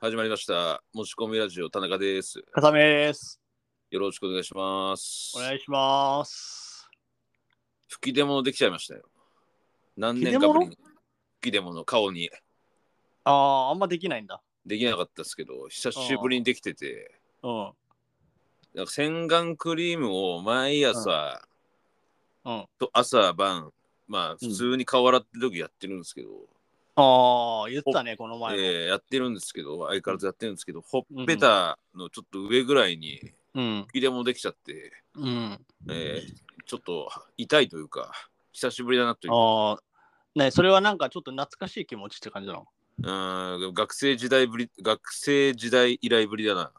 始まりました。持ち込みラジオ、田中です。かさめです。よろしくお願いしますお。願いします。吹き出物できちゃいましたよ。何吹き年出か物ぶりに吹き出物、顔にああ、あんまできないんだ。できなかったですけど、久しぶりにできてて、うん。なんか洗顔クリームを毎朝、うん。と朝晩、まあ普通に顔洗ってる時やってるんですけど、ああ、言ったね、この前も。えーやってるんですけど、相変わらずやってるんですけど、ほっぺたのちょっと上ぐらいにうん。吹き出物できちゃって、うん。えーちょっと痛いというか、久しぶりだなというかああ。ね、それはなんかちょっと懐かしい気持ちって感じなの。うーん、学生時代ぶり、学生時代以来ぶりだな。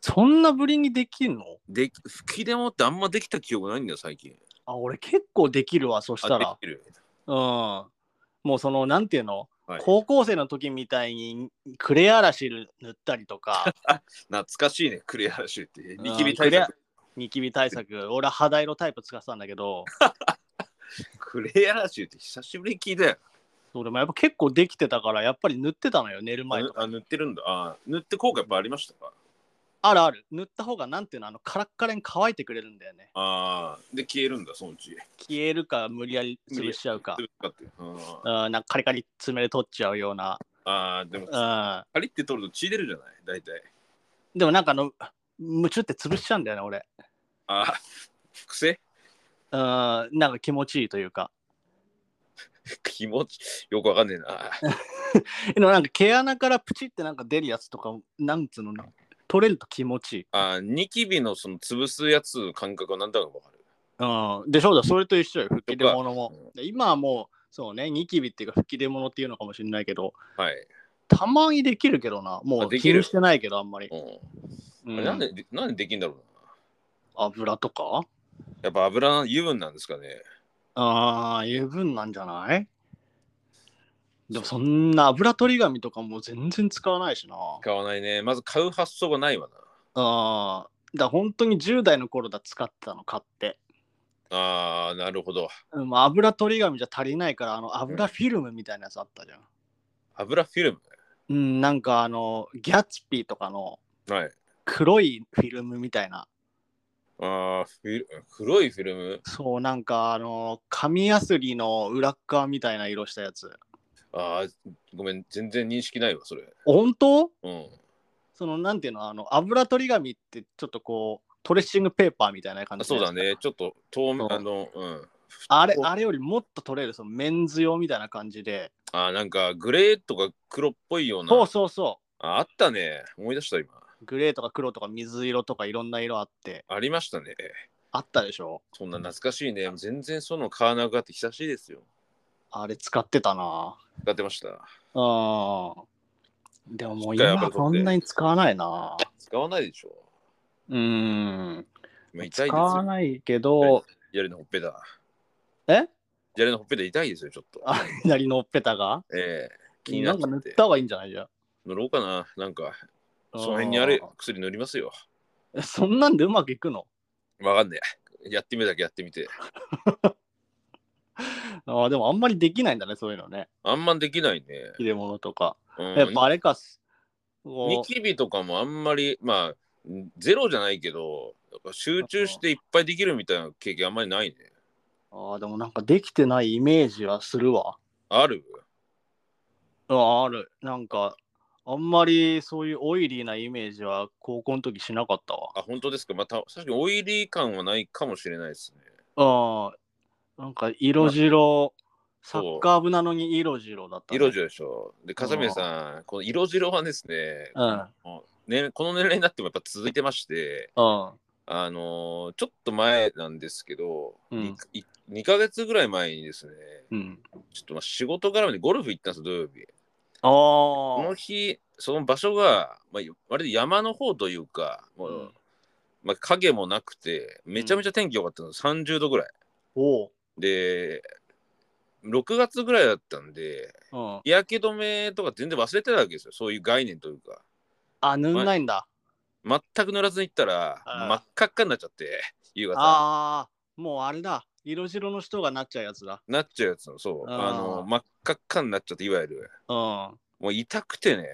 そんなぶりにできんので、吹き出物ってあんまできた記憶ないんだよ、最近。あ、俺結構できるわ、そしたあ、でら。きる。うん。もうその、なんていうの、はい高校生の時みたいにクレア嵐塗ったりと か、懐かしいね、クレアラシュって。んニキビ対策。ニキビ対策、俺は肌色タイプ使ってたんだけど、クレアラシュって久しぶりに聞いたよ。そうでもやっぱ結構できてたから、やっぱり塗ってたのよ、寝る前とかあ、塗ってるんだ。あ、塗って効果やっぱありましたかあるある。塗った方がなんていうのあのカラッカラに乾いてくれるんだよね。あーで、消えるんだ、そのうち。消えるか無理やり潰しちゃうか。潰すかってうんうん、なんかカリカリ爪で取っちゃうような。あーでも、うパリって取ると血出るじゃない、大体。ん。でもなんかあの、むちゅって潰しちゃうんだよね、俺。あー癖 うん、なんか気持ちいいというか。気持ち、よくわかんねえな。でもなんか毛穴からプチってなんか出るやつとか、なんつうのな、取れると気持ちいい。あーニキビのその潰すやつの感覚は何だかわかる。うん。で、そうだ、それと一緒よ、吹き出物も。で今はもう、そうね、ニキビっていうか吹き出物っていうのかもしれないけど、はい。たまにできるけどな。あもうで気きるにしてないけど、あんまりう。んうあれなんん、で、でなんでできんだろう油とかな。やっぱ油の油分なんですかね。ああ、油分なんじゃないでもそんな油取り紙とかも全然使わないしな。買わないね。まず買う発想がないわな。ああ、だから本当に10代の頃だ使ってたの買って。あー、なるほど。うんまあ油取り紙じゃ足りないから、あの油フィルムみたいなやつあったじゃん。油フィルうん、なんかあの、ギャッツピーとかのム。はい。黒いフィルムみたいな。あーフィル黒いフィルム。そう、なんかあの、紙やすりの裏っ側みたいな色したやつ。あーごめん、全然認識ないわ、それ。本当うん。その、なんていうの、あの、油取り紙ってちょっとこう、トレッシングペーパーみたいな感あじそうだね。ちょっと透明そう、あの、うん。あれこうあれよりもっと取れるそのメンズ用みたいな感じで、あーなんかグレーとか黒っぽいような。そうそうそああったね。思い出した、今。うグレーとか黒とか水色とかいろんな色あってありましたね。あったでしょそんな懐かしいね。全然その買わなくなって久しいですよ。あれ使ってたな使ってました。うんでももうしっかり油取今ってそんなに使わないな使わないでしょ。うんまあ、痛いです使よ。わないけはいどやりのほっぺた。え やりのほっぺた痛いですよ、ちょっと。あ左のほっぺたがええ気にななっんちゃか塗っ。ってた方がいいんじゃないじゃん塗ろうかな。なんか、その辺にある薬塗りますよ。うんそんなんでうまくいくのわかんねえ。やってみるだけやってみて。あーでもあんまりできないんだねそういうのねあんまできないね。入れ物とかうんやっぱあれかこうニキビとかもあんまり、まあ、ゼロじゃないけど、やっぱ集中していっぱいできるみたいな経験あんまりないね。ああ、でもなんかできてないイメージはするわ。あるあある。なんか、あんまりそういうオイリーなイメージは高校の時しなかったわ。あ、本当ですか。まあ、た確かにオイリー感はないかもしれないですね。ああ、なんか色白、サそうッカー部なのに色白だった、色。白でしょ。で、笠宮さん、この色白はですね、うん。ね、この年齢になってもやっぱ続いてまして、うん。あのーちょっと前なんですけど、うんにい 2, ヶ月ぐらい前にですね、うん、ちょっとまあ仕事絡みでゴルフ行ったんですよ、土曜日。あこのあ。日、その場所が、まあ、割と山の方というか、もううんまあ、影もなくて、めちゃめちゃ天気良かったの、30度ぐらい。おう。で、6月ぐらいだったんで、うん、日焼け止めとか全然忘れてたわけですよ、そういう概念というか。あ、塗んないんだ。全く塗らずに行ったら、あー真っ赤っかになっちゃって、夕方。ああ、もうあれだ。色白の人がなっちゃうやつだ。なっちゃうやつの、そう。あーあの、真っ赤っかになっちゃって、いわゆる。うん。もう痛くてね、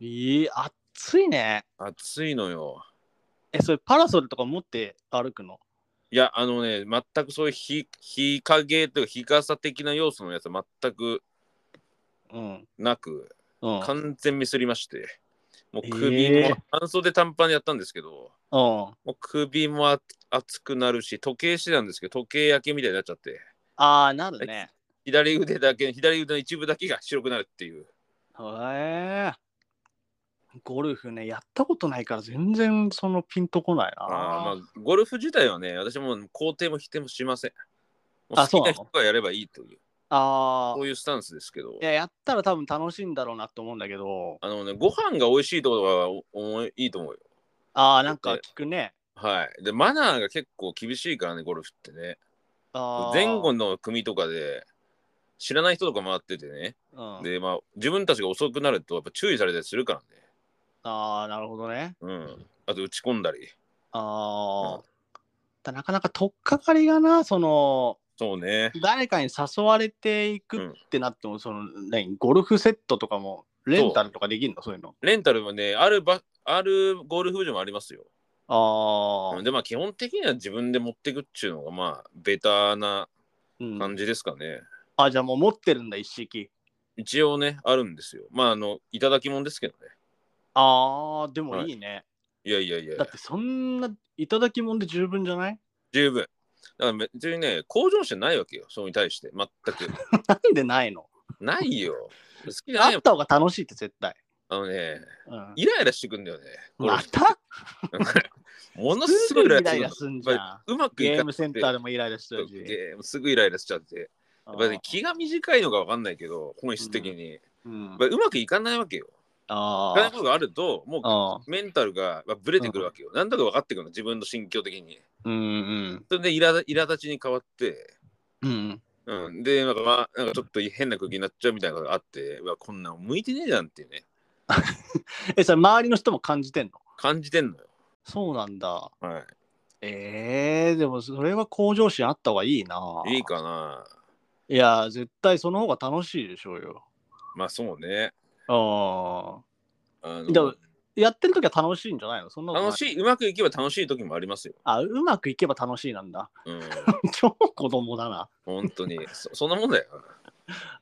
いい、暑いね。暑いのよ。え、それパラソルとか持って歩くのいや、あのね、全くそういう日日陰というか日傘的な要素のやつは全くうん。なく、うん。うん。完全ミスりまして、もうえ首えも半袖短パンでやったんですけど、あもう首もあ熱くなるし、時計してたんですけど、時計焼けみたいになっちゃって、あー、なるね。左腕だけ、左腕の一部だけが白くなるっていう。へえ。ゴルフね、やったことないから全然そのピンとこないな。あーまあ、ゴルフ自体はね、私も肯定も否定もしません。もうあ好そきうななの人がやればいいという、あこーういうスタンスですけどい、や、やったら多分楽しいんだろうなと思うんだけど、あのね、ご飯が美味しいところはおおいいと思うよ。ああ、なんか聞くね。はい。で、マナーが結構厳しいからね、ゴルフってね。あー前後の組とかで、知らない人とか回っててね、うん、で、まあ、自分たちが遅くなると、やっぱ注意されたりするからね。ああ、なるほどね。うん。あと、打ち込んだり。ああ、うんだなかなか取っかかりがな、その、そうね。誰かに誘われていくってなっても、その、何、ゴルフセットとかも、レンタルとかできるのそういうの。レンタルもね、あるば、あるゴルフ場もありますよ。ああ、で、まあ、基本的には自分で持っていくっちゅうのが、まあ、ベタなうん感じですかね。あ、じゃあもう持ってるんだ、一式。一応ね、あるんですよ。まあ、あの、いただきもんですけどね。ああ、でもいいね。いやいやいやだっ、てそんな、いただきもんで十分じゃない 十分。だから別にね、向上心ないわけよ、それに対して。 全く。なんでないのないよ。好きじゃなあいよっ。た方が楽しいって絶対。あのね、うん、イライラしてくんだよね。俺 またものすすごいぐイライイララすイるのラすんじゃん。うまくいゲかなームくてセンターでもイライラしてるし。ゲームすぐイライラしちゃって。やっぱり、ね、気が短いのかわかんないけど、本質的に。やっうんぱりうまくいかないわけよ。いあかないーことがあると、もうあー。メンタルがまあブレてくるわけよ。なんだか分かってくるの、自分の心境的に。うんうん。それで、イラ苛立ちに変わって、うん。うん、で、なんか、まあ、なんかちょっと変な空気になっちゃうみたいなことがあって、うわ、こんなん向いてねえじゃんっていうね、え、それ周りの人も感じてんの感じてんのよ。そうなんだ。はええでもそれは向上心あった方がいいな。い。いい。かな。いや、絶対その方が楽しいでしょうよ。まあ、そうね。ああ。あでものやってる時は楽しいんじゃないのそんなことない楽しい、うまくいけば楽しい時もありますよ。あ、うまくいけば楽しいなんだ。 うん、超子供だな。本当にそ。そんなもんだよ。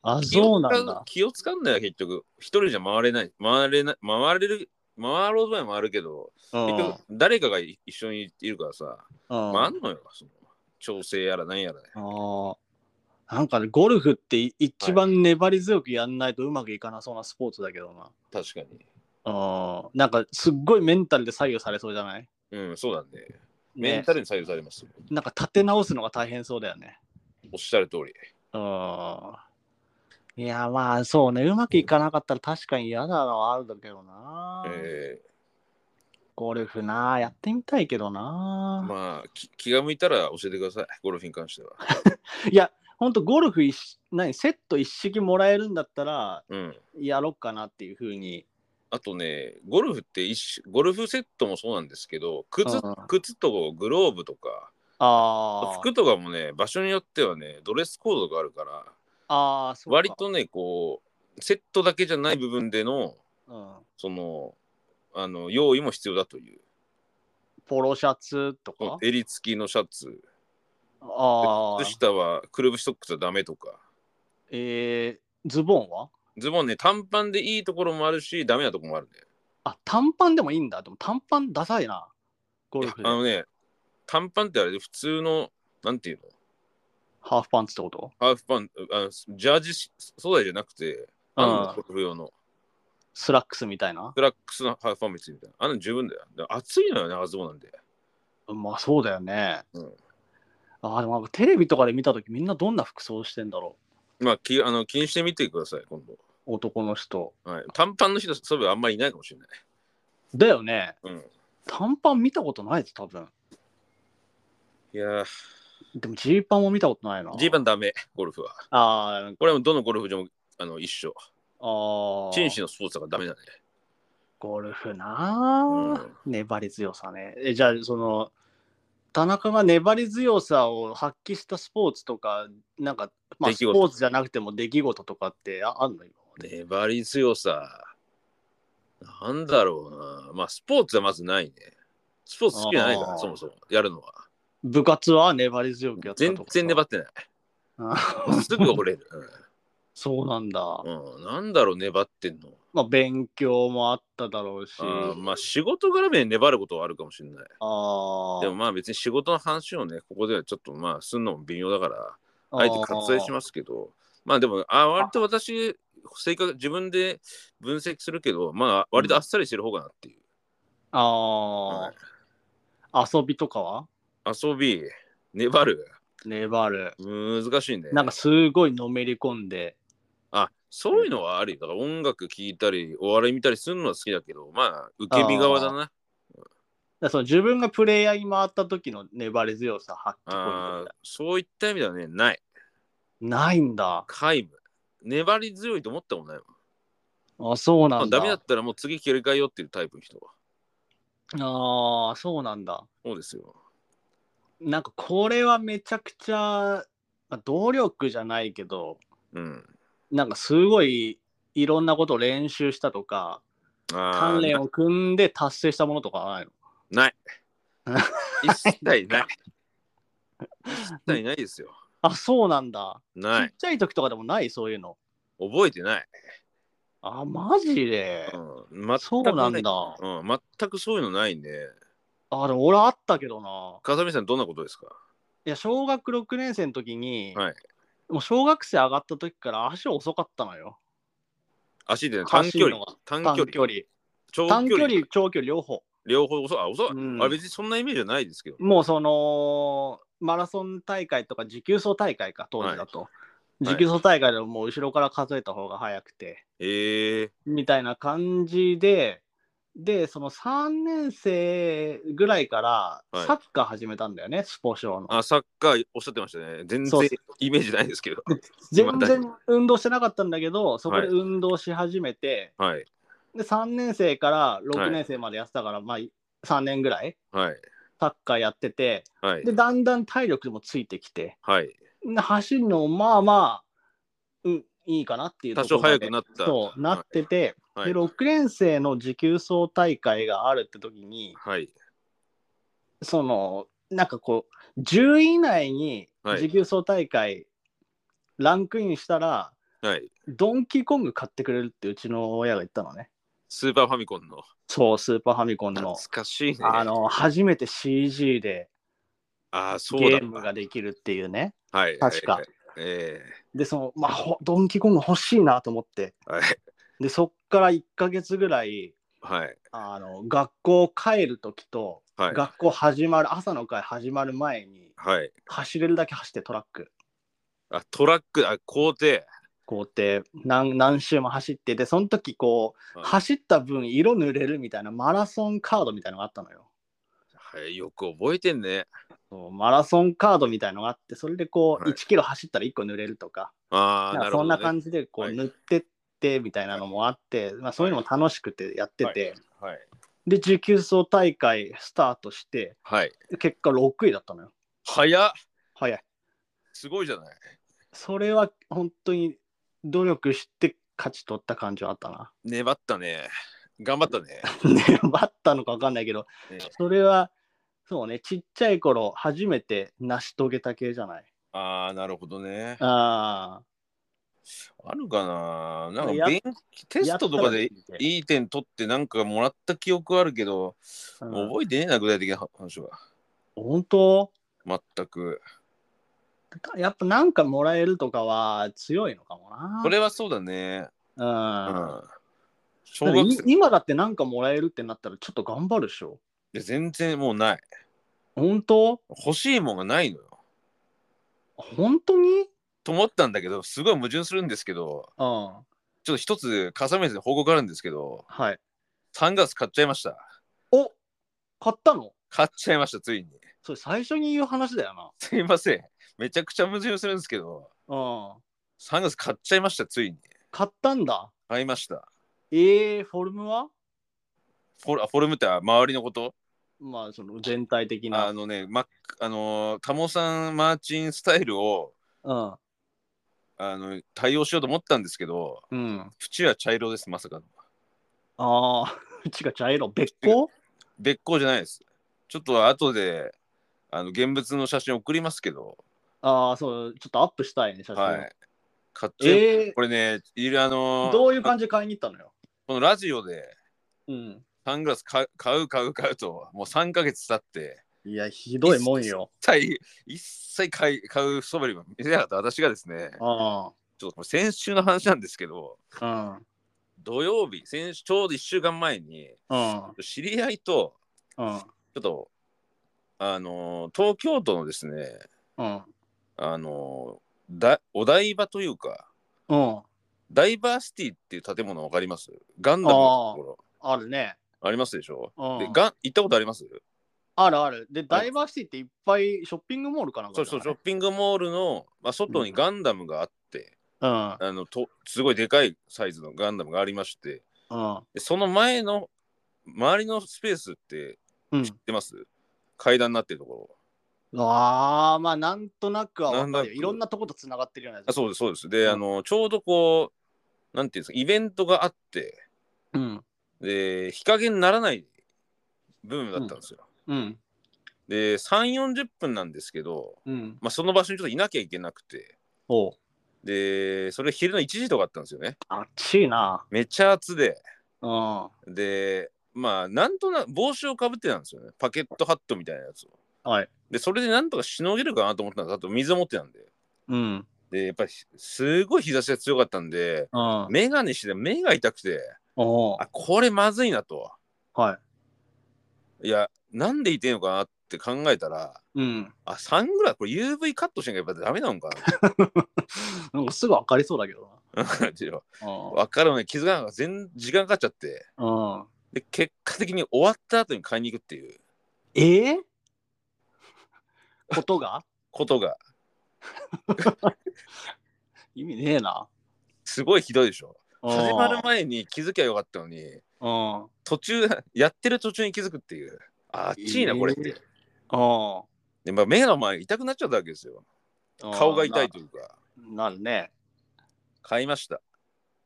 あ、気をそうなんだ。使気をつかんだよ、結局。一人じゃ回れない。回れない。回れる。回ろうとは回るけど、うん結局、誰かがい一緒にいるからさ、うんまあ、あんのよ。その調整やら何やらね。あーなんかね、ゴルフってい一番粘り強くやんないとうまくいかなそうなスポーツだけどな。確かに。あーなんかすっごいメンタルで左右されそうじゃない、ねうん、そうだね。メンタルに左右されますよ。なんか立て直すのが大変そうだよね。おっしゃる通り。うん。いや、まあそうね、うまくいかなかったら確かに嫌なのはあるんだけどな。えゴルフな、やってみたいけどなー、。まあき気が向いたら教えてください、ゴルフに関しては。いや、ほんとゴルフ一し、何、セット一式もらえるんだったら、うん、やろっかなっていうふうに。あとね、ゴルフって一種ゴルフセットもそうなんですけど、靴うん靴とグローブとか、ああ。服とかもね、場所によってはね、ドレスコードがあるから、ああ、そうか割、とね、こう、セットだけじゃない部分での、うん。その、あの用意も必要だという、ポロシャツとか。襟付きのシャツ、ああ靴。下はくるぶしソックスはダメとか。えー、ズボンはズボンね、短パンでいいところもあるし、ダメなところもあるね。あ、短パンでもいいんだ。でも短パンダサいな。ゴいルやフであのね、短パンってあれで普通の、なんていうのハーフパンツってことハーフパン、あジャージし素材じゃなくて、あの、ゴルフ用の、スラックスみたいな。スラックスのハーフパン別にみたいな。あの十分だよ。だから暑いのよね、あズボンなんで。まあそうだよね。うんああ、でもなんかテレビとかで見たときみんなどんな服装してんだろまあ、きあの気にしてみてください、今度。う男の人。はい、短パンの人、そういえばあんまりいないかもしれない。だよね。うん。短パン見たことないです、多分。いやー、でもジーパンも見たことないな。ジーパンダメ、ゴルフは。あーこれはもうどのゴルフ場もあの一緒。あー。紳士のスポーツだからダメだね。ゴルフなあ、粘り強さね。えじゃあその田中が粘り強さを発揮したスポーツとかなんか、まあ、出ス来ポ事ーツじゃなくても出来事とかってああんの今まで粘り強さ。なんだろうな。まあ、スポーツはまずないね。スポーツ好きじゃないかあら、ーそもそも。やるのは。部活は粘り強くやってた全とか然粘ってない。あすぐ折れる。 そうなんだう。ん、うんなんだろう、粘ってんの。まあ、勉強もあっただろうし。あーまあ、仕事絡みで粘ることはあるかもしれない。ああ。でもまあ、別に仕事の話をね、ここではちょっとまあ、すんのも微妙だから、あえて割愛しますけど、まあでも、あ割と私、性格、自分で分析するけど、まあ、割とあっさりしてる方かなっていう。あはー遊びとかはい遊び、粘る、粘る。難しいね。なんかすごいのめり込んで。あそういうのはありだから音楽聴いたりお笑い見たりするのは好きだけどまあ受け身側だなだからその自分がプレイヤーに回った時の粘り強さ発揮ポイあントみたーそういった意味ではねないいなないんだ。皆無粘り強いと思ったもんないもんあそうまなあんだ。ダメだったらもう次切り替えようっていうタイプの人はああ、そうなんだ。そうですよなんかこれはめちゃくちゃ、まあ努力じゃないけど、うんなんかすごいいろんなことを練習したとか、あ鍛ー錬を組んで達成したものとかはないのない一切ない一切ないですよあ、そうなんだ。なち いっちゃい時とかでもないそういうの。覚えてない、あ、マジでう。ん、全くないそうなんだ。うん、全くそういうのないねあ、でも俺あったけどな。風見さんどんなことですかいや、小学6年生の時に、はいもう小学生上がった時から足遅かったのよ。足でね短距離走短距短離距離。長短距離、長距離両方。両方遅い。あ、遅い。うんあれ別にそんなイメージはないですけど。もうその、マラソン大会とか持久走大会か、当時だと。い持久走大会でももう後ろから数えた方が早くて、ええみたいな感じで、で、その3年生ぐらいからはいサッカー始めたんだよね、スポ少の。あ、サッカーおっしゃってましたね。全そう然そイメージないですけど。 全然運動してなかったんだけど、そこで運動し始めて、はい。で3年生から6年生までやってたから、まあ3年ぐらいはい。サッカーやっててはいで。だんだん体力もついてきてはい。で走るのもまあまあ、うん、いいかなっていう多と少ころ早でくなった。そうなってて、はい。ではい。 6年生の持久走大会があるって時にはい。そのなんかこう10位以内にはい持久走大会、ランクインしたらはいドンキーコング買ってくれるってうちの親が言ったのねスーパーファミコンの。そうスーパーファミコン懐のかしいね。あの初めて CG であー、そうゲだームができるっていうね。はい。確かはいえで、その、まあ、ほドンキーコング欲しいなと思って。えはい。で、そっから1ヶ月ぐらい、はい。あの、学校帰る時と、はい。学校始まる、朝の会始まる前に、はい。走れるだけ走ってトラック。あ、トラック、あ、校庭。こうって何何周も走ってでその時こう、はい走った分色塗れるみたいなマラソンカードみたいのがあったのよはい。よく覚えてんね。そうマラソンカードみたいのがあってそれでこう、はい1キロ走ったら1個塗れるとかああ、なんなかるそほど、んなね。感じでこはうい塗ってってみたいなのもあって、まあ、そういうのも楽しくてやってて、はい。で19走大会スタートしてはい。結果6位だったのよ早っ。早いすごいじゃない。それは本当に努力して勝ち取った感じはあったな粘ったね。頑張ったね。 粘ったのか分かんないけどええそれはそうねちっちゃい頃初めて成し遂げた系じゃないああ、なるほどね。ああるかななんやか勉あテストとかでい、いい点取ってなんかもらった記憶はあるけど、うん、覚えてねえな、具体的な話は。本当全く。やっぱなんかもらえるとかは強いのかもなそれはそうだね。ううんん。小だから学い生今だってなんかもらえるってなったらちょっと頑張るでしょで全然もうない。本当欲しいもんがないのよ。本当にと思ったんだけど、すごい矛盾するんですけど、うんちょっと一つ、笠宮さんに報告あるんですけど、はい3月買っちゃいました。お買ったの買っちゃいました、ついに。それ最初に言う話だよなすいません。めちゃくちゃ矛盾するんですけど、うん3月買っちゃいました、ついに。買ったんだ買いました。ええフォルムはフォルあフォルムって周りのことまあその全体的あなのね、マックあのータモさんマーチンスタイルをうんあの対応しようと思ったんですけど、うん縁は茶色です、まさかの。ああ、 違う、茶色、別光別光じゃないです。ちょっと後で、あの、現物の写真送りますけど、ああ、そう、ちょっとアップしたいね、写真。はい。かっちょいいえこれね、いるあのー、ーどういう感じで買いに行ったのよ。このラジオでうん。サングラス買う買う買う買うと、もう3ヶ月経って、いや、ひどいもんよ。一切一切買い買う素振りも見せなかった私がですね、あちょっとこれ先週の話なんですけど、あ、うん。土曜日、先週ちょうど1週間前に、うん。知り合いと、うん。ちょっと、あのー東京都のですね、うん。あのーだお台場というか、うん。ダイバーシティっていう建物わかりますガンダムのところあるね。ありますでしょうんでガン行ったことありますあるある。で、ダイバーシティっていっぱいショッピングモールかなんかそうそうショッピングモールの、まあ、外にガンダムがあって、うん。あのとすごいでかいサイズのガンダムがありましてうん。でその前の周りのスペースってうん知っ。てます、階段になってるところああ、まあ、なんとなくはわなんとかるなよ。くいろんなとことつながってるようなやつ。あそうですそうですで、うんあのちょうどこうなんていうんですかイベントがあってうん。で日陰にならないブームだったんですよ、うん。で3 4 0分なんですけど、うん。まあ、その場所にちょっといなきゃいけなくておう。でそれ昼の1時とかあったんですよねあっちいな。めっちゃ暑でうん。でまあなんとなく帽子をかぶってたんですよねパケットハットみたいなやつをはい。でそれでなんとかしのげるかなと思ったんですあと水を持ってたんでうん。でやっぱりすごい日差しが強かったんでうん。眼鏡して目が痛くておう。あこれまずいなとはいやなんでいてんのかなって考えたらい。うん。あサングラスこれ UV カットしなきゃやっぱダメなのか なんかすぐわかりそうだけどなっていうのな。分かるのに気づかなかった全時間かかっちゃってうん。うん。で結果的に終わった後に買いに行くっていうええ ことがことが意味ねえな。すごいひどいでしょうん始まる前に気づきゃよかったのにうん。途中やってる途中に気づくっていうああっちいなこれって、えうん。で、まあ、目の前痛くなっちゃったわけですよ顔が痛いというかな。なるね。買いました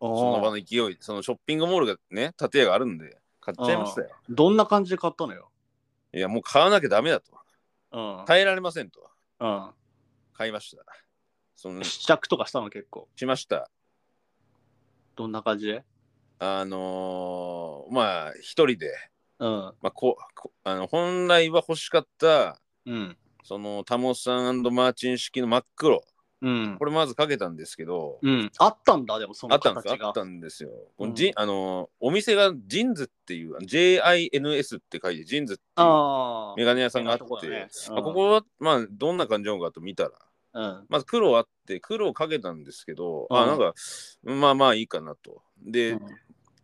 そその場の勢いそのショッピングモールがね建屋があるんで買っちゃいましたよどんな感じで買ったのよ。いやもう買わなきゃダメだとうん。耐えられませんとうん。買いましたその試着とかしたの結構。しましたどんな感じであのーまあ一人で、うん。まあ、ここあの本来は欲しかったうん。そのタモさんマーチン式の真っ黒うんこ。れまずかけたんですけど、うん。あったんだ、でもそあのった形んでが。すあったんですよ。このうんジンあのお店がジンズっていう JINS って書いてジンズっていうああメガネ屋さんがあって有名なとこだねうんあここはまあどんな感じなのかと見たらうん。まず黒あって黒をかけたんですけど、うあんなんかまあまあいいかなと。で、うん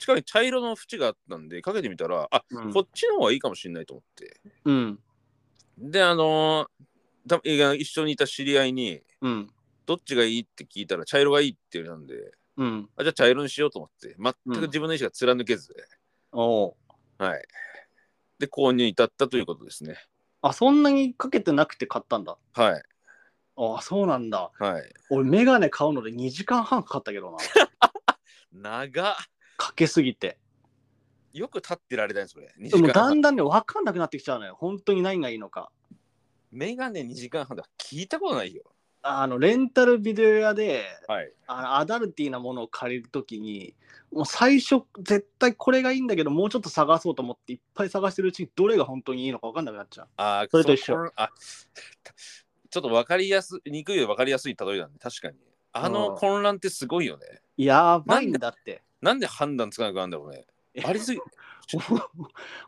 近くに茶色の縁があったんでかけてみたらあ、うんこっちの方がいいかもしれないと思って。うん。であのーたいや一緒にいた知り合いにうん。どっちがいいって聞いたら茶色がいいって言われたんでうん。あじゃあ茶色にしようと思って全く自分の意思が貫けず、おうはい。で、購入に至ったということですね。あ、そんなにかけてなくて買ったんだ。はい。ああ、そうなんだ。はい。俺、メガネ買うので2時間半かかったけどな。 長っかけすぎて。よく立ってられないです、それ。2で時も間だん半。だんね、わかんなくなってきちゃうのよ。本当に何がいいのか。メガネ2時間半だ。聞いたことないよ。あの、レンタルビデオ屋で、はい。あのアダルティーなものを借りるときに、もう最初、絶対これがいいんだけど、もうちょっと探そうと思って、いっぱい探してるうちに、どれが本当にいいのか分かんなくなっちゃう。あーそれと一緒このあ、ちょっと分かりやすにくいより分かりやすい例えだね。確かに。あのうん混乱ってすごいよね。やばいんだって。なんで判断つかなくなるんだろうね。ありすぎ。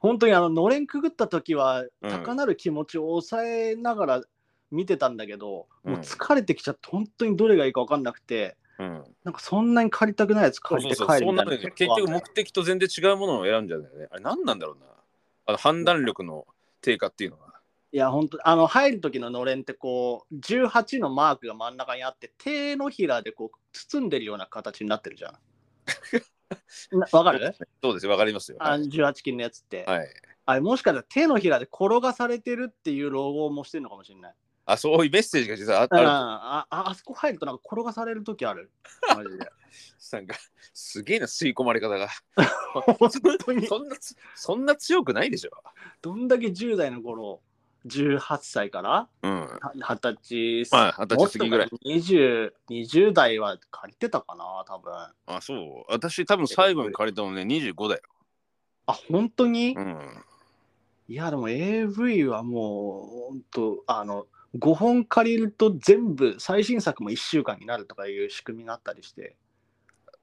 本当にあの、のれんくぐったときは、うん高鳴る気持ちを抑えながら見てたんだけど、うんもう疲れてきちゃって、本当にどれがいいか分かんなくて、うん。なんかそんなに借りたくないやつそうそ借りうてそう。帰るそうみたないなるよね。結局目的と全然違うものを選んじゃうんだよね。あれ何なんだろうな。あの判断力の低下っていうのは。いや、本当あの、入る時ののれんって、こう、18のマークが真ん中にあって、手のひらでこう、包んでるような形になってるじゃ ん。なわかるそうですよ。分かりますよ。あはのい。 18金のやつって。はいあれ、もしかしたら手のひらで転がされてるっていうロゴをもしてるのかもしれない。あ、そういうメッセージが実はあっうん、た。あああそこ入るとなんか転がされる時 ある。マジで。なんか、すげえな、吸い込まれ方が。本当に。そんなつ、そんな強くないでしょ。 どんだけ10代の頃、18歳からうん。は20歳まあ、二十歳過ぎぐらい。もっとか20。20代は借りてたかな、多分。あ、あ、そう。私、多分裁判借りたのね、25だよ。本当に、うん。いや、でも AV はもう、本当あの、5本借りると全部、最新作も1週間になるとかいう仕組みがあったりして。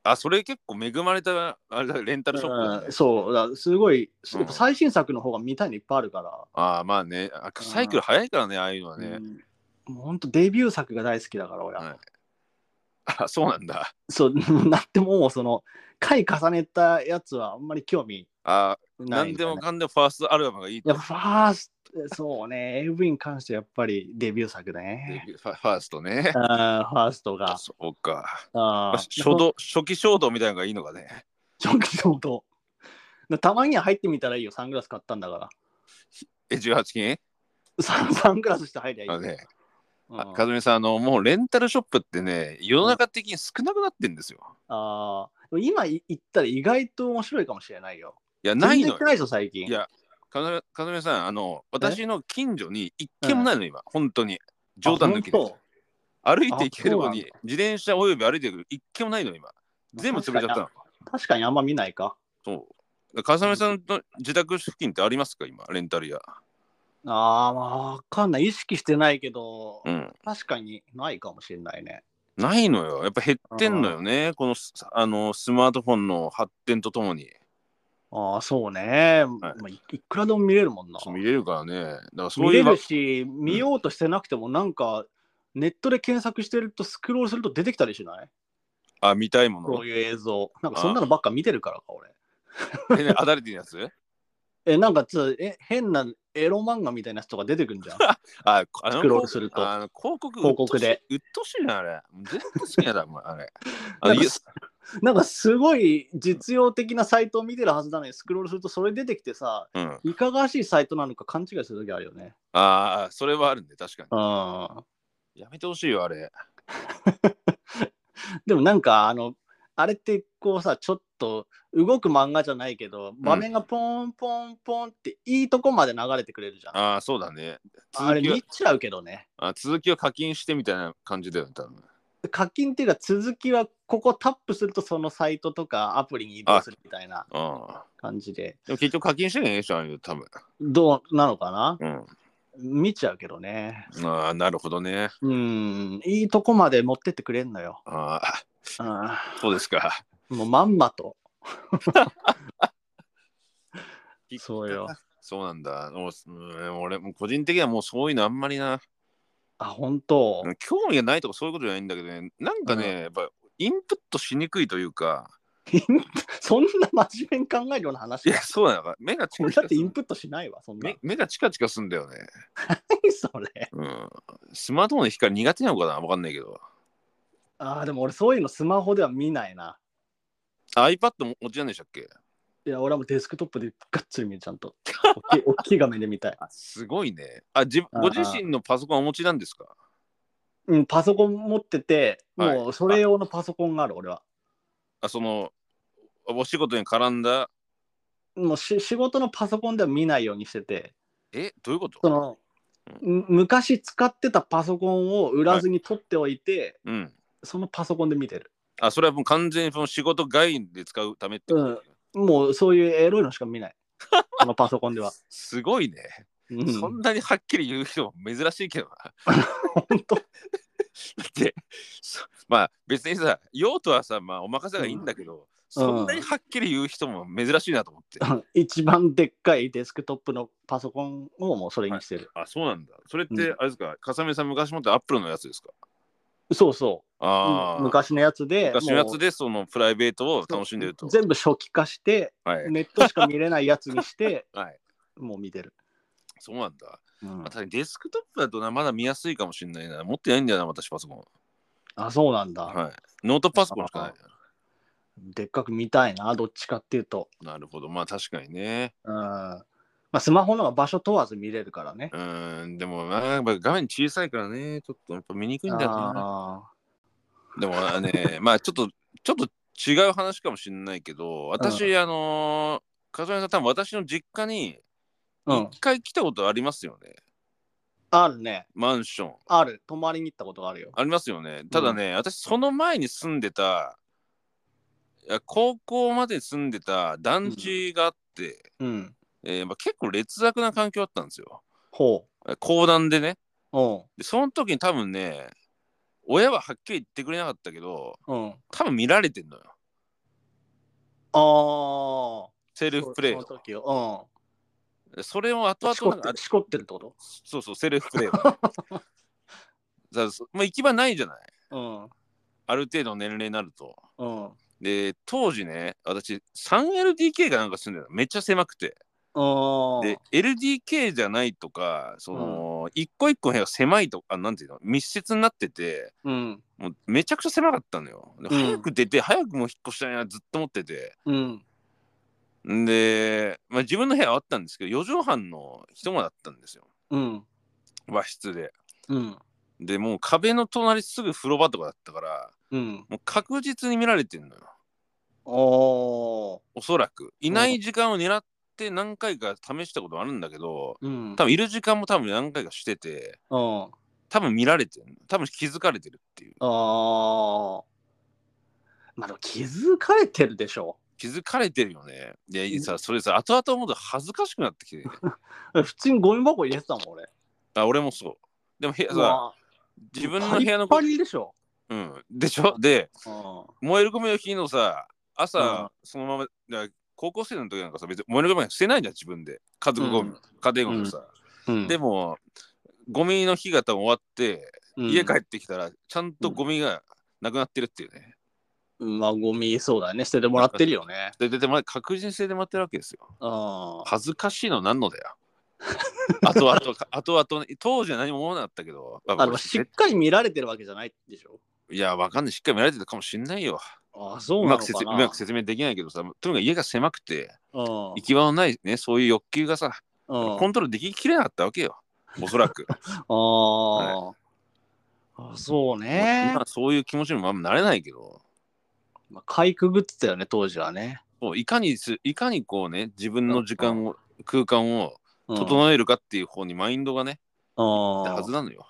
あ、それ結構恵まれた、あれだ、レンタルショップだねうんそう、だからすごい、うんやっぱ最新作の方が見たいのいっぱいあるから。ああ、まあね。あサイクル早いからね、ああいうのはね。うん、もう本当デビュー作が大好きだから俺は、はいあ、そうなんだ。そう なってもうその回重ねたやつはあんまり興味あなないんみたでいなもかんでもファーストアルバムがいいってやっぱファースト そうね AV に関してやっぱりデビュー作だねファファーストね。あーファーストがそうか。あー初動初期衝動みたいなのがいいのかね。 初期衝動だたまには入ってみたらいいよサングラス買ったんだから え、18金ササングラスして入りゃいいあよ、のね、うんあかずみさん、あの、もうレンタルショップってね、世の中的に少なくなってんですよ。あーでも今い行ったら意外と面白いかもしれないよいや、ない全然のよ行って。ないでしょ最近いやかずみかずみさん、あの、私の近所に一軒もないの、今、本当に。冗談抜きであ。本当歩いて行けるのあそうになん、自転車および歩いて行く一軒もないの、今。全部潰れちゃったの。確かにあんま見ないか。そう。かずみさんの自宅付近ってありますか、今、レンタル屋。あーまあ、わかんない。意識してないけど、うん。確かにないかもしれないね。ないのよ。やっぱ減ってんのよね。このスあのスマートフォンの発展とともに。ああ、そうね、まあい。いくらでも見れるもんな。そう見れるからね。だからそ見ういれうわるし、見ようとしてなくても、なんか、ネットで検索してると、スクロールすると出てきたりしないあ見たいもこのう。いう映像。なんか、そんなのばっか見てるからか、俺。えねアダルティのやつえ、なんかつ、え、変なエロ漫画みたいなやつとか出てく んじゃん。ああのスクロールするとあの広告広告で。うっとうしいな、あれ。全部好きやだ、もうあれ。あなのんかゆなんか、すごい実用的なサイトを見てるはずなのに、スクロールすると、それ出てきてさ、うん、いかがわしいサイトなのか勘違いするときあるよね。ああ、それはあるんで、確かうん。に。やめてほしいよ、あれ。でもなんか、あの、あれってこうさ、ちょっと動く漫画じゃないけど、場面がポンポンポンっていいとこまで流れてくれるじゃん。あああ、そうだね。れ続きは見ちゃうけどね。あ続きを課金してみたいな感じだよね、多分。課金っていうか、続きはここタップするとそのサイトとかアプリに移動するみたいなああ。感じで、でも結局課金してないでしょ、ああいうの多分。どうなのかなうん。見ちゃうけどね。ああ、なるほどね。うん、いいとこまで持ってってくれんのよ。ああ、うそうですか。ん、もうまんまと。きっかけ そうよ。そうなんだ。もううん俺、も個人的にはもうそういうのあんまりな。あ、本当。興味がないとかそういうことじゃないんだけどね。なんかね、うんやっぱインプットしにくいというか。そんな真面目に考えるような話いや、そうなのか。目がチカチだカっすてインるプットしないわ、そんな目。目がチカチカすんだよね。何それ。うん。スマートフォンの光苦手なのかなわかんないけど。ああ、でも俺そういうのスマホでは見ないな。あ iPad も落ちなんでしたっけいや、俺はもうデスクトップでがっつり見る、ちゃんと。大きい大きい画面で 見たい。すごいね。あ、じあーご自身のパソコンお持ちなんですかうん、パソコン持ってて、はいもうそれ用のパソコンがある、俺は。あ、その、お仕事に絡んだ。もうし仕事のパソコンでは見ないようにしてて、え、どういうことその、む昔使ってたパソコンを売らずに取っておいて、うん。そのパソコンで見てる。あ、それはもう完全にその仕事外で使うためってこと、うんもうそういうエロいのしか見 ない。このパソコンでは。すごいね。うん、そんなにはっきり言う人も珍しいけどな。本当だって、そまあ別にさ、用途はさ、まあお任せがいいんだけど、そんなにはっきり言う人も珍しいなと思って。うん 一番でっかいデスクトップのパソコンをもうそれにしてる。あ、そうなんだ。それっうて、あれですか、かさめさん昔持ってアップルのやつですかそうそああ、う。昔のやつで。昔のやつででそのプライベートを楽しんでると。全部初期化して、はい。ネットしか見れないやつにして、 はい。もう見てる。そうなんだ。うんまあ確かにデスクトップだとな、まだ見やすいかもしれないな。持ってないんだよな、私パソコン。あ、そうなんだ、はい。ノートパソコンしかない。でっかく見たいな、どっちかっていうと。なるほど。まあ確かにね。うんまあ、スマホの方が場所問わず見れるからね。うん、でも、まあ、やっぱ画面小さいからね、ちょっとやっぱ見にくいんだよな。あでもあの ね、まあちょっと、ちょっと違う話かもしれないけど、私、あのー、かずさん、多分私の実家にーうん一。回来たことありますよね、あるね。マンション。ある。泊まりに行ったことがあるよ。ありますよね。ただね、私、その前に住んでた、いや高校まで住んでた団地があって、うん。えーまあ、結構劣悪な環境だったんですよ。ほ高段でね。う。うん。で、その時に多分ね、親ははっきり言ってくれなかったけど、うん。多分見られてんのよ。ああ。セルフプレイをそ。その時を。でそれをうん。後しこ々なっんてかる。しこってるってことそうそう、セルフプレイを。だ からそまあ、行き場ないじゃない。うん。ある程度の年齢になると。うん。で、当時ね、私、3LDK がなんか住んでたの。めっちゃ狭くて。うん。で、LDK じゃないとか、その、一個一個部屋が狭いとか、なんていうの、密接になってて、うん。もうめちゃくちゃ狭かったのよ。でうん早く出て、早くもう引っ越したいな、ずっと思ってて。うん。んで、まあ、自分の部屋はあったんですけど、4畳半の一間だったんですよ。うん。和室で。うん。で、もう壁の隣すぐ風呂場とかだったから、うん。もう確実に見られてんのよ。おー。おそらく。いない時間を狙って何回か試したことあるんだけど、うん。多分いる時間も多分何回かしてて、うん。あ多分見られてる多分気づかれてるっていうあ。まあ、でも気づかれてるでしょ。気づかれてるよねいやいいさうそれさ後々思うと恥ずかしくなってきて普通にゴミ箱入れてたもん、俺。あ俺もそうでも部屋うさわ自分の部屋のパリパリでしょ。うん、でしょでうん。燃えるゴミの日のさうん朝そのままだから高校生の時なんかさ別に燃えるゴミなんか捨てないじゃん自分で家族ゴミ、うん家庭ゴミをさ、うんでもゴミの日が多分終わって家帰っってきたらちゃんとゴミがなくなってるっていうね、まあゴミそうだね捨ててもらってるよねでででまあ確実に捨ててもらってるわけですよあ恥ずかしいのなんのだよ。 あとあとあとあと、当時は何も思わなかったけど、まああのしっかり見られてるわけじゃないでしょいや、わかんない、しっかり見られてたかもしんないよ。ああうそうまなのくか説なうまく説明できないけどさ、とにかく家が狭くて、うん行き場のないね、そういう欲求がさ、うんコントロールでききれなかったわけよ。おそ らく。あーあそうね今、そういう気持ちにもあんまなれないけど、まあかいくぐってたよね当時はねこういかにす、いかにこうね、自分の時間を、空間をうん整えるかっていう方にマインドがね、うんはずなのよ。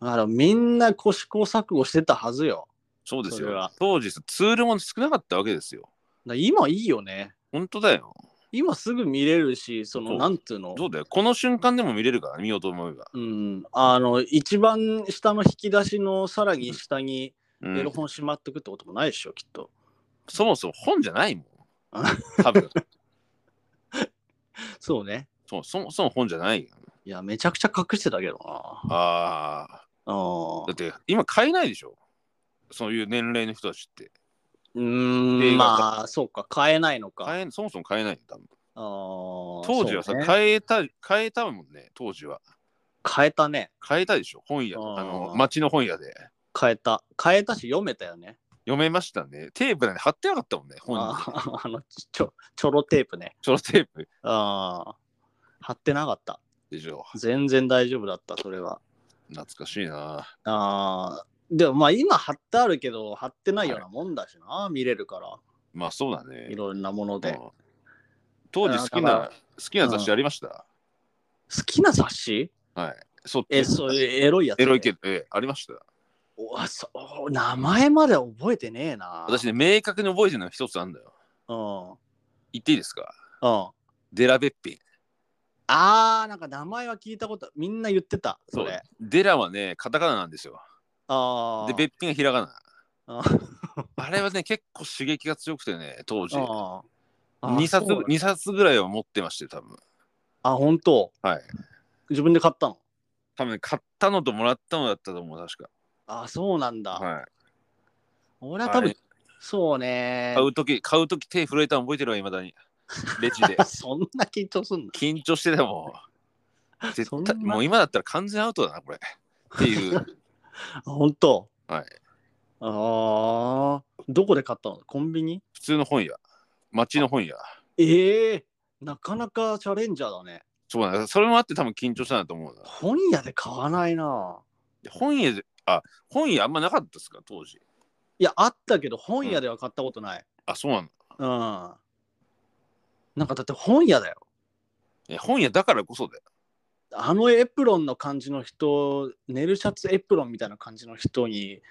あのみんなこう試行錯誤してたはずよそうですそれよは。当時さ、ツールも少なかったわけですよ。だ今いいよね本当だよ。今すぐ見れるしそそうのなんていうのそうだよ。この瞬間でも見れるから、見ようと思えば。うん、あの一番下の引き出しのさらに下にうんエロ本しまっとくってこともないでしょ、きっと。そもそも本じゃないも んあ。多分そうね。そうそもそも本じゃないよ。いや、めちゃくちゃ隠してたけどな。ああ。あだって今買えないでしょ。そういう年齢の人たちって。う映ん、画まあ、そうか、買えないのか。買えそもそも買えないよ多分あー当時はさ、そうね買えた、買えたもんね、当時は。買えたね。買えたでしょ、本屋。ああーの、町の本屋で。買えた。買えたし、読めたよね。読めましたね。テープなんて貼ってなかったもんね、本に。あーあのちちょ、ちょろテープね。そのテープああ。貼ってなかった。でしょ。全然大丈夫だった、それは。懐かしいな。ああ。でもまあ今貼ってあるけど貼ってないようなもんだしな、見れるからまあそうだね。いろんなものうで、ん当時好きあだな、好きな雑誌ありました、好きな雑誌はい。そうえそういうエロいやつ、エロいけど、ええありました。おあそう名前までは覚えてねえな。私ね。ね、明確に覚えてるのが一つあるんだよ。うん。うん。言っていいですかあデラべっぴん。あー、なんか名前は聞いたこと、みんな言ってた、それ。。デラはね、カタカナなんですよ。ああ。で、べっぴんがひらがな。ああれはね、結構刺激が強くてね、当時。ああー2冊そうなんだ二冊ぐらいは持ってまして、多分あ、本当はい。自分で買ったの。多分ね、買ったのともらったのだったと思う、確あそうなんだ。か。はい。俺は多あ分れ、そうね。買。うとき、買うとき手震えたの覚えてるわ、いまだに。レジで そんな緊張すん緊張してたもん。絶そん対なもう今だったら完全アウトだな、これ。って いう。だ。あ本当はい。ああ。どこで買ったのコンビニ普通の本屋。町の本屋。ええなかなかチャレンジャーだね。そうなんだそれもあって多分緊張したんだと思うな。本屋で買わないな。で本屋で、あ、本屋あんまなかったですか、当時。いや、あったけど、本屋では買ったことない。あ、そうなんだ。うん。なんかだって本屋だよ。え本屋だからこそだよ。あのエプロンの感じの人、ネルシャツエプロンみたいな感じの人に、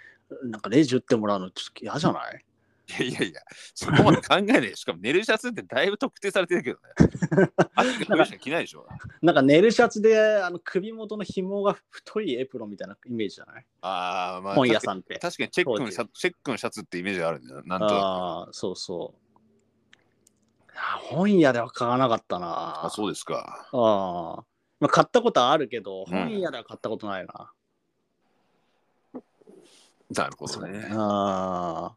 なんかレジ打ってもらうのちょっと嫌じゃないいやいやいや、そこまで考えないよ。しかも、寝るシャツってだいぶ特定されてるけど ね。あってからしか着ないでしょ。なんか寝るシャツであの首元の紐が太いエプロンみたいなイメージじゃないああ、まあ、本屋さんって。確かにチェックのシャツ、チェックのシャツってイメージあるんだよ。なんとなくああ、そうそう。あ本屋では買わなかったな。あ、そうですか。ああ。まあ、買ったことはあるけど、うん本屋では買ったことないな。なるほどね。あ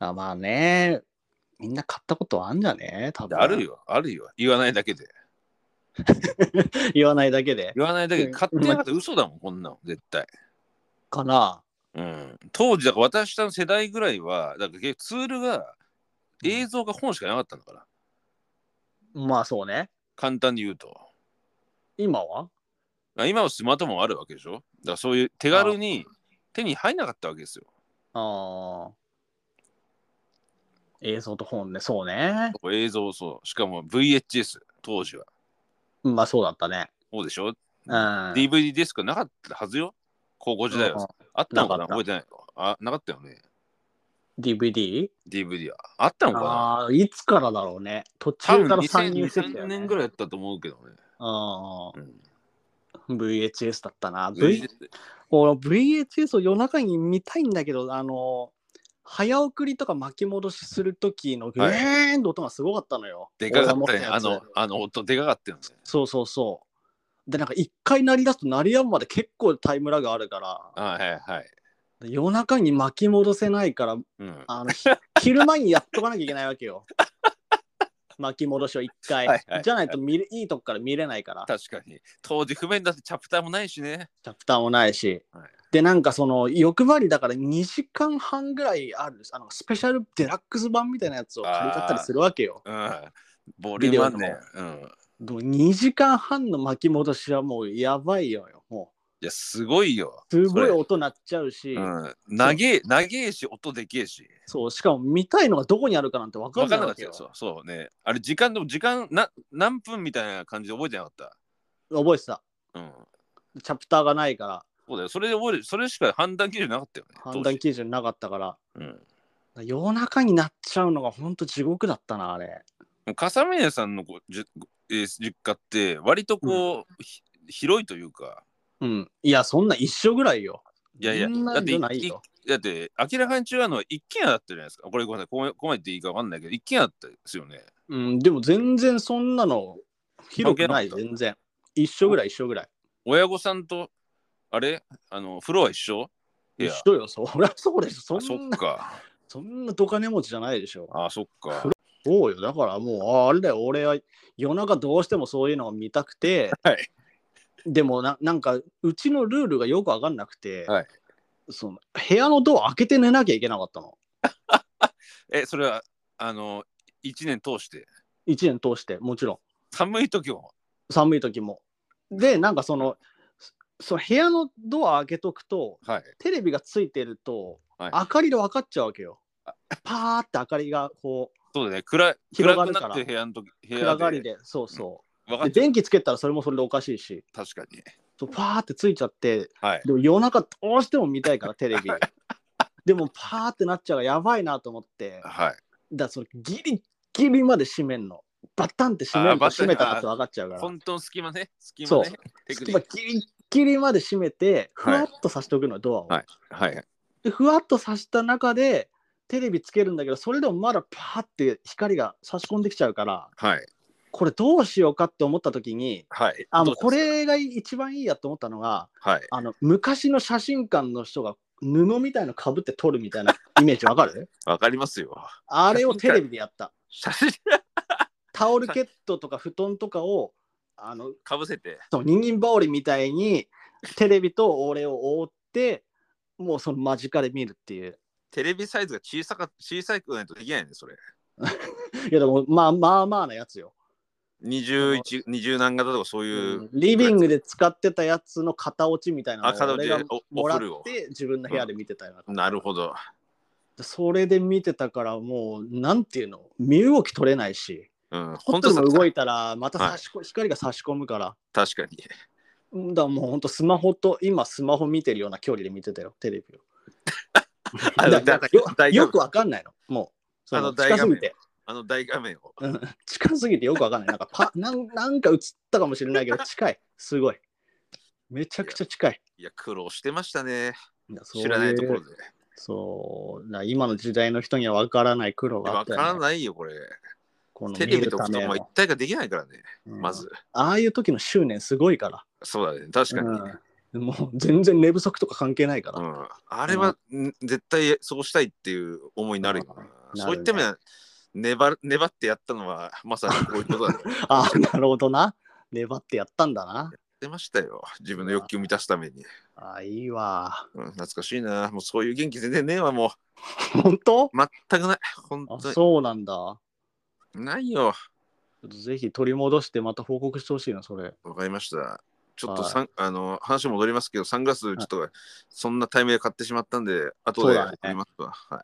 ーあ。まあね。みんな買ったことはあんじゃね多分。ある。よ、あるよ。言わないだけで。言わないだけで。言わないだけうで、ん買ってなかったら嘘だもん、こんなの、絶対。かな。うん。当時、だから私たちの世代ぐらいは、だから結局ツールが、映像が本しかなかったんだから。まあそうね。簡単に言うと。今はまあ今はスマートフォンあるわけでしょだからそういう手軽に手に入んなかったわけですよ。ああ。映像と本ね。そうね。映像そう。しかも VHS 当時は。まあそうだったね。そうでしょ、うん。 ?DVD ディスクなかったはずよ高校時代は。あったのかななか覚っえてないのあ、なかったよね。 DVD? DVD は。あったのかなああ、いつからだろうね。途多中分から参入してき2003たよ、ね。年ぐらいだったと思うけどね。あうーん VHS だったな。 VHS v 俺 VHS を夜中に見たいんだけど、あの、早送りとか巻き戻しするときのグはいエーンと音がすごかったのよ。でかかっ俺たね。が持たやあつの、あの音でかかったよね。そうそうそう。で、なんか一回鳴り出すと鳴りやむまで結構タイムラグあるから、あはいはい。夜中に巻き戻せないから、うん。あのひ 昼前にやっとかなきゃいけないわけよ。 巻き戻しを一回。はいはいじゃないと見れいいとこから見れないから。確かに。当時不便だってチャプターもないしね。チャプターもないし、はいでなんかその欲張りだから2時間半ぐらいあるあのスペシャルデラックス版みたいなやつを借りちゃったりするわけようん。ボリュームあんねうビデ。ん。でも2時間半の巻き戻しはもうやばいよよもいや、すごいよ。うすごそいれ音鳴っちゃうし、うん。長え、長えし、音でけえし。そうしかも見たいのがどこにあるかなんて分か分んかないんなかっわたけよよ。そうそうね。あれ、時間でも、時間な、何分みたいな感じで覚えてなかっ覚えてたた。うん。チャプターがないからそうだよ。それで覚える、それしか判断基準なかったよね。判断基基準なかったから準。うん。夜中になっちゃうのがほんと地獄だったなあれもう笠宮さんのごじゅ、えー実家って、割とこう、ひ広いというか、うんいやそんな一緒ぐらいよいやいやそんなだってじゃないよだって、明らかに違うのは一軒家だったじゃないですか。これごめんなさい。こうここまで言っていいか分かんないけど、一軒家だったですよね。うん、でも全然そんなの広くない、関係な全然。一緒ぐらい、一緒ぐらい。親御さんと、あれあの、風呂は一緒い一や、緒よ、そ りゃそうでしょ。あそそんっな、か。そんなどかね持ちじゃないでしょ。あそっか。そうよ、だからもう、ああれだよ、俺は夜中どうしてもそういうのを見たくて、はいでもな、なんか、うちのルールがよくわかんなくて、はいその部屋のドア開けて寝なきゃいけなかったの。え、それは、あの、一年通して、一年通して、もちろん。寒い時も。寒い時も。で、なんかその、その部屋のドア開けとくと、はい。テレビがついてると、はい明かりで分かっちゃうわけよ。パーって明かりがこうそうだね。暗い広が暗るくからなってる部屋の時、部暗が屋で。りで、そうそ分う。かでって電気つけたらそれもそれでおかしいし、確かに。そうパーってついちゃって、はい。でも夜中どうしても見たいからテレ ビ。でもパーってなっちゃうからやばいなと思って、だかはい。らそのギリギリまで閉めんの。バタンって閉めるとあバタ閉ンめたらって分かっちゃうから。本当の隙間ね。隙そ間うね。テク隙ニ間ッギリギリまで閉めて、ふはいわっとさしておくの、ドアを。ク。はい。でふわっとさした中でテレビつけるんだけどそれでもまだパーって光が差し込んできちゃうからはい。これどうしようかって思った時にはい。あどのうですこ。れが一番いいやと思ったのがはい。あの昔の写真館の人が布みたいのかぶって撮るみたい なイメージわかるわかりますよ。あれをテレビでやった写真タオルケットとか布団とかをあのかぶせて。そう人間羽織みたいにテレビと俺を覆ってもうその間近で見るっていうテレビサイズが小さか小さくないとできないね、それ。いやでもまあまあまあなやつよ21、20何型とかそういう、うんリビングで使ってたやつの型落ちみたいなあ片のを落俺ちがおもおらっ古いをて自分の部屋で見てたようななるほど。それで見てたからもうなんていうの身動き取れないしうん、ホ本ット当でもさ動いたらまた差しこ、光が差し込むから確かに。うんだからもう本当スマホと今スマホ見てるような距離で見てたよテレビを あだだだよ大画面よくわかんないのもうそあのの大画近面すぎてあの大画面を。うん近すぎてよくわかんない。なんかパ なんなんか映ったかもしれないけど、近い。すごい。めちゃくちゃ近い。いや、苦労してましたね。そうう知らないところで。そう。な今の時代の人にはわからない苦労があわったからい。ないよ、これ。このテレビと布見団るたもめ一の体化できないからね、まうんず。ああいう時の執念すごいから。そうだね、確かに。うんもう全然寝不足とか関係ないから。うんあれは、ん絶対そうしたいっていう思いになるよな。うんそういった意味では粘る粘ってやったのはまさにこういうことだね。やああ、なるほどな。粘ってやったんだな。ってましたよ。 自分の欲求を満たすために。ああ、いいわ。うん、懐かしいな。もうそういう元気全然ねえわ。も本当う全くない。本あ当そうなんだ。にないよ。ちょっとぜひ取り戻してまた報告してほしいな、それ。わかりました。ちょっとさん、あの話戻りますけど、サングラスちょっとそんなタイミングで買ってしまったんで、後そうでだ送ねりますわ。はい。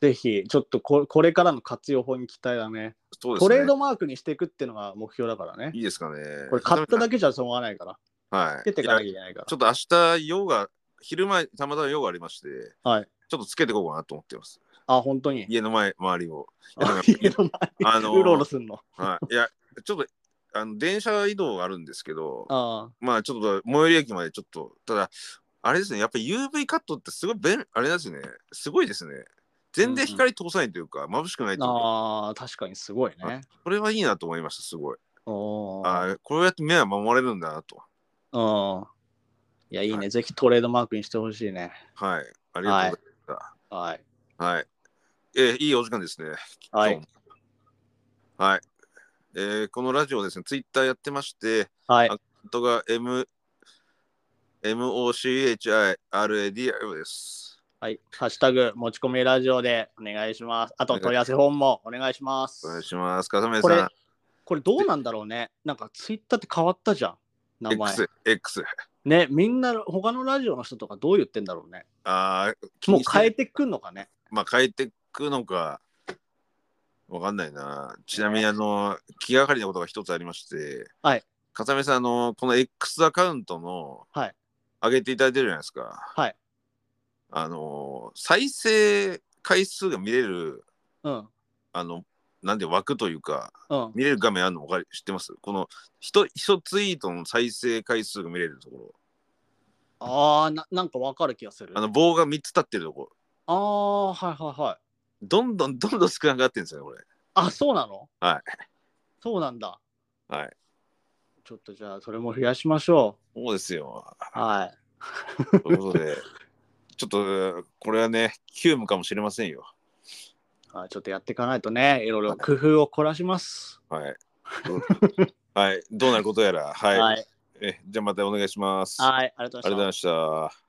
ぜひ、ちょっとここれからの活用法に期待だねそうですね。トレードマークにしていくっていうのが目標だからねい。いですかね。これ買っただけじゃ損はないから。はい。つけてからいけないから。ちょっと明日、用が、昼前、たまたま用がありまして、はい。ちょっとつけていこうかなと思ってます。あ、本当に。家の前、周りを。いやだかあ家の前あのーうろうろすんの。らはい、いや、ちょっと、あの電車移動があるんですけど、あまあ、ちょっと、最寄り駅までちょっと、ただ、あれですね、やっぱり UV カットってすごい便利、あれなんですね、すごいですね。全然光通さないというか、眩しくないというか、あー、確かにすごいね。これはいいなと思いました、すごい。おあーーこれをやって目は守れるんだなと。うん。いや、いいね。ぜひトレードマークにしてほしいね。はい、ありがとうございましはい。た。はい。えーいいお時間ですね。今はい。日も。はい。えーこのラジオですね、ツイッターやってまして、はい。本当が M、MOCHIRADIO です。はい。ハッシュタグ、持ち込みラジオでお願いします。あと、問い合わせフォームもお願いしますお。願いします。笠目これさ、これどうなんだろうね。なんか、ツイッターって変わったじゃん。ん、名前。 X、X。ね、みんな他のラジオの人とかどう言ってんだろうね。ああ、もう変ええ、てくんのかね。まあ、変えてくのか、わかんないな。ちなみに、あの、気がかりなことが一つありまして、はい。笠目さん、あの、この X アカウントの、はい。上げていただいてるじゃないですか。はい。あの、再生回数が見れる、うん。あの、なんで枠というか、うん。見れる画面あるの分かり知ってますこの一一ツイートの再生回数が見れるところ。ああ、ななんかわかる気がする。ああの棒が3つ立ってるところ。あー、はいはいはい。どんどんどんどん少なくなってるんですよね、これ。あ、そうなのはい。そうなんだ。はい。ちょっとじゃあ、それも増やしましょそうですよ。う。はい。ということで、ちょっとこれはね、急務かもしれませんよ。はい、ちょっとやっていかないとね、いろいろ工夫を凝らします。はい。はい。どうなることやら。はい。はい。えじゃあまたお願いします。あはい、ありがとうございましりがとうござたい。ました。